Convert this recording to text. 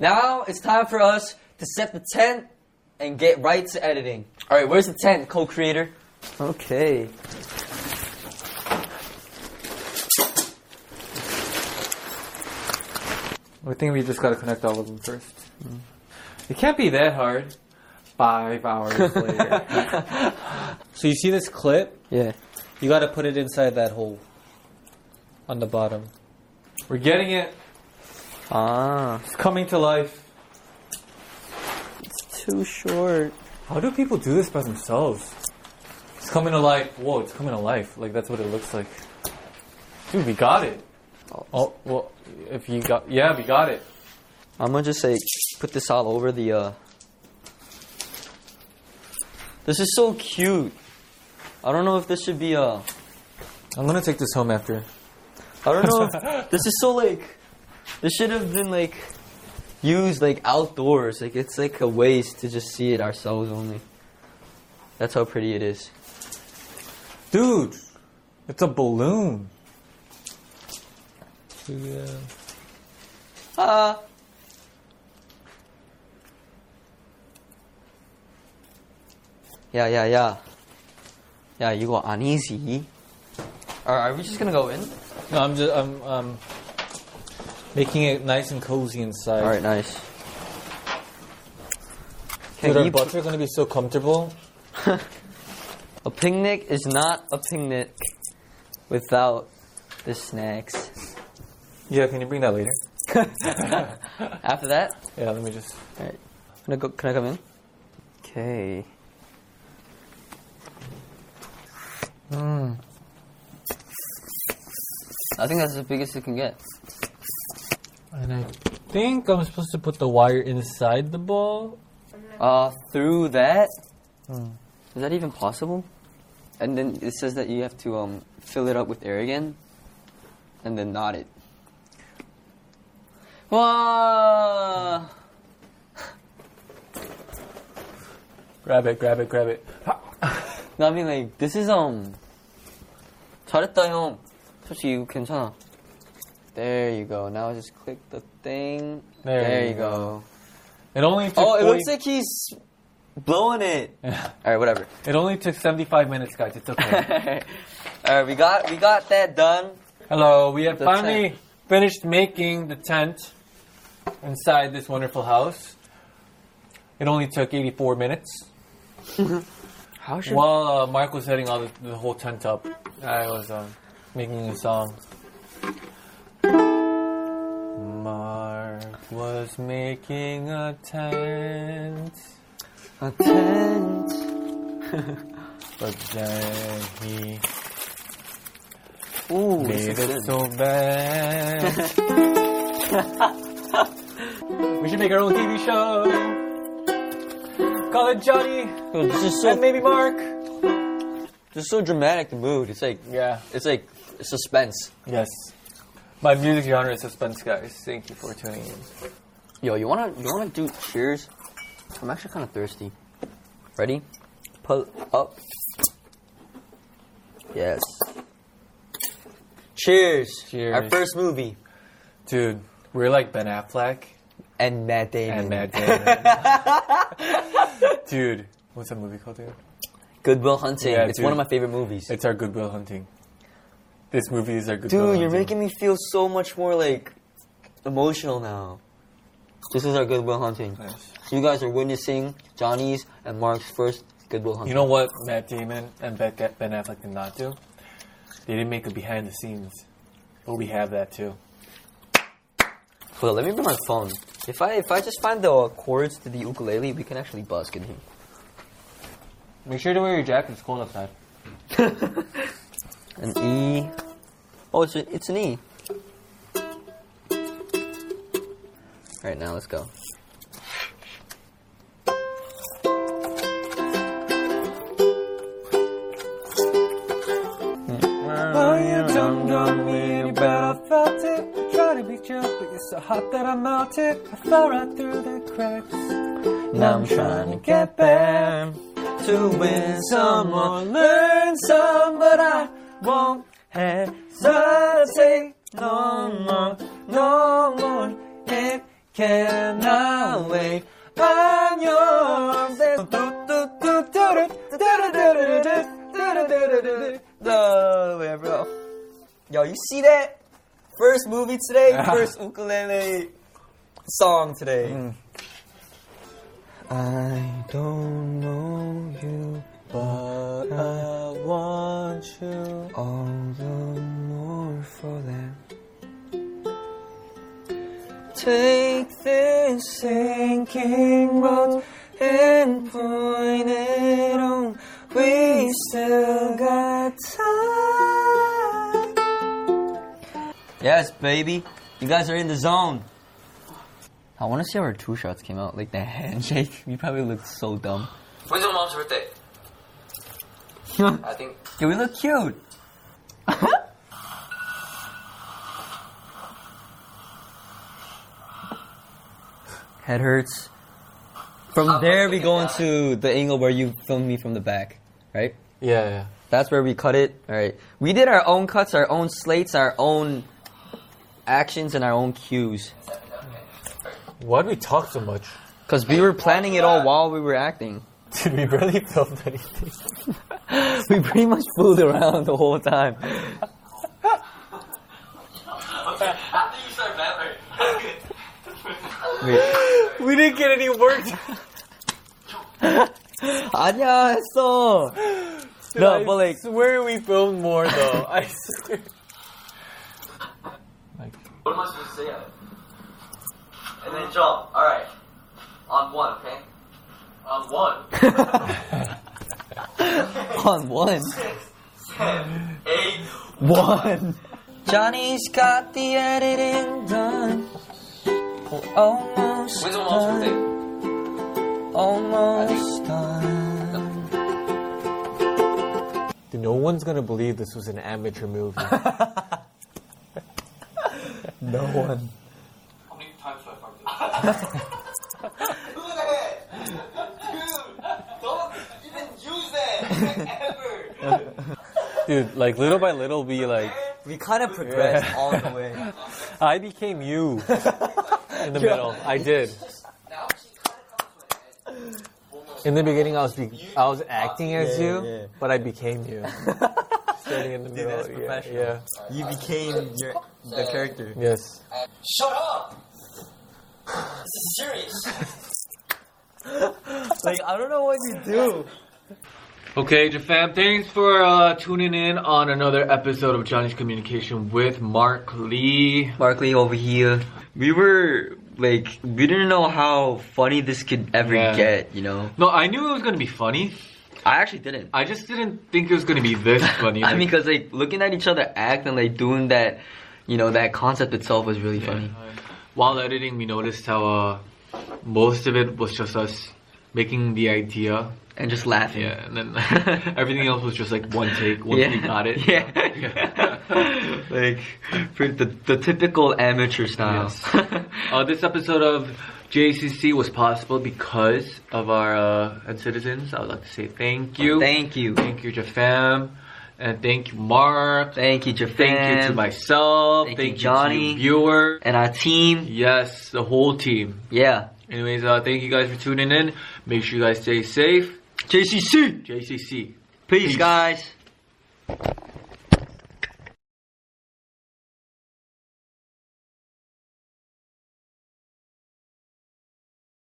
Now it's time for us to set the tent and get right to editing. All right, where's the tent, co-creator? Okay. I think we just gotta connect all of them first. It can't be that hard. Five hours later. So you see this clip? yeah. You got to put it inside that hole on the bottom. We're getting it. Ah, It's coming to life. it's too short. How do people do this by themselves? It's coming to life. Whoa, it's coming to life. Like, that's what it looks like. Dude, we got it. Oh, well, if you got. Yeah, we got it. I'm gonna just say, put this all over the. uh This is so cute. I don't know if this should be uh I'm gonna take this home after. I don't know. if This is so like. This should have been like used like outdoors. Like it's like a waste to just see it ourselves only. That's how pretty it is. Dude, it's a balloon. Ah. Yeah, yeah, yeah. Yeah, you go uneasy. Or are we just gonna go in? No, I'm just I'm um making it nice and cozy inside. All right, nice. Dude, Can our you butts are gonna be so comfortable. A picnic is not a picnic without the snacks. Yeah, can you bring that later? After that, Yeah, let me just. can I go? Can I come in? Okay. Hmm. I think that's the biggest you can get. And I think I'm supposed to put the wire inside the ball. Uh, through that. Is that even possible? And then it says that you have to um, fill it up with air again, and then knot it. Whoa! Grab it, grab it, grab it. No, I mean like this is um. 잘했다 형. 솔직히 이거 괜찮아. There you go. Now just click the thing. There There, you you go. It only took. Oh, it 40 looks like he's blowing it. All right, whatever. it only took 75 minutes, guys. It's okay. All right, we got we got that done. Hello, we have The finally finished making the tent inside this wonderful house. It only took 84 minutes. How should While uh, Mark was setting all the, the whole tent up, I was um, making a song. Mark was making a tent, a tent? but then he Ooh, this made is it good. so bad. we should make our own TV show. Call it Johnny Yo, this is and so maybe Mark. this is so dramatic. The mood. It's like Yeah. it's like suspense. Yes. My music genre is suspense, guys. Thank you for tuning in. Yo, you wanna you wanna do cheers? I'm actually kind of thirsty. Ready? Pull up. Yes. Cheers. Cheers. Our first movie Dude, we're like Ben Affleck and Matt Damon. and Matt Damon. dude, what's that movie called, dude? Goodwill Hunting. Yeah, it's dude. one of my favorite movies. It's our Goodwill Hunting. This movie is our Goodwill Dude, Hunting. you're making me feel so much more like emotional now. This is our Goodwill Hunting. Nice. You guys are witnessing Johnny's and Mark's first Goodwill Hunting. You know what Matt Damon and Ben Ben Affleck did not do? They didn't make a behind the scenes, but we have that too. Hold on, let me bring my phone. If I if I just find the chords to the ukulele, we can actually busk in here. Make sure to wear your jacket. It's cold outside. An E. Oh, it's, a, it's an E. All right, now let's go. Oh, you don't know me, but I felt it. Try to be chill, but you're so hot that I melted. I fell right through the cracks. Now I'm trying to get back to win some or learn some, but I won't hesitate no more, no more. It cannot wait on yours. There's- No way, bro. Yo, you see that? First movie today, first ukulele song today. I don't know you, but I want you all the more for that. Take this sinking boat and point it on. We still got time. Yes, baby. You guys are in the zone. I want to see how our two shots came out, like the handshake. You probably looked so dumb. When's your mom's birthday? I think Yo, we look cute. Head hurts. From Oh, there, look we at go that. into the angle where you filmed me from the back, right? Yeah, yeah. That's where we cut it. All right. We did our own cuts, our own slates, our own actions, and our own cues. Why do we talk so much? Because we were planning it all while we were acting. Did we really film anything? We pretty much fooled around the whole time. after you start babbling. We didn't get any work. 안녕하세요. I No, but like- swear we filmed more though. I swear. What am I supposed to say? at it? And then jump. All right. On one, okay. On one. On one. Ten. Eight. One. Johnny's got the editing done. We're almost When's your mom's done. birthday? Almost done. Dude, no one's gonna believe this was an amateur movie. No one. How many times do I fuck this? Look at that, dude. Don't even use that ever. Dude, like little by little, we like We kind of progressed all the way. I became you in the middle. I did. Now she kind of comes with it. In the beginning, I was be- I was acting as you, but I became you. Starting in the middle. that's yeah, professional. yeah. You became your the character. Yes. Shut up. This is serious. Like I don't know what you do. Okay, Jafam, thanks for uh, tuning in on another episode of Johnny's Communication with Mark Lee. Barkley over here. We were like, we didn't know how funny this could ever Yeah. get. You know, No, I knew it was gonna be funny. I actually didn't. I just didn't think it was gonna be this funny. I like- mean, because like looking at each other act and like doing that, you know, that concept itself was really funny. While editing, we noticed how uh, most of it was just us making the idea. And just laughing. Yeah, and then everything else was just like one take once we got it. you Yeah. know? Yeah. like for the, the typical amateur style. uh, this episode of JCC was possible because of our uh, and citizens. I would like to say thank you. Thank you. Thank you, Jafam. And thank you, Mark. Thank you, Jafam. Thank you to myself. Thank you, thank Johnny. you to viewer. and our team. Yes, the whole team. Yeah. Anyways, uh, thank you guys for tuning in. Make sure you guys stay safe. JCC. JCC. Peace, guys.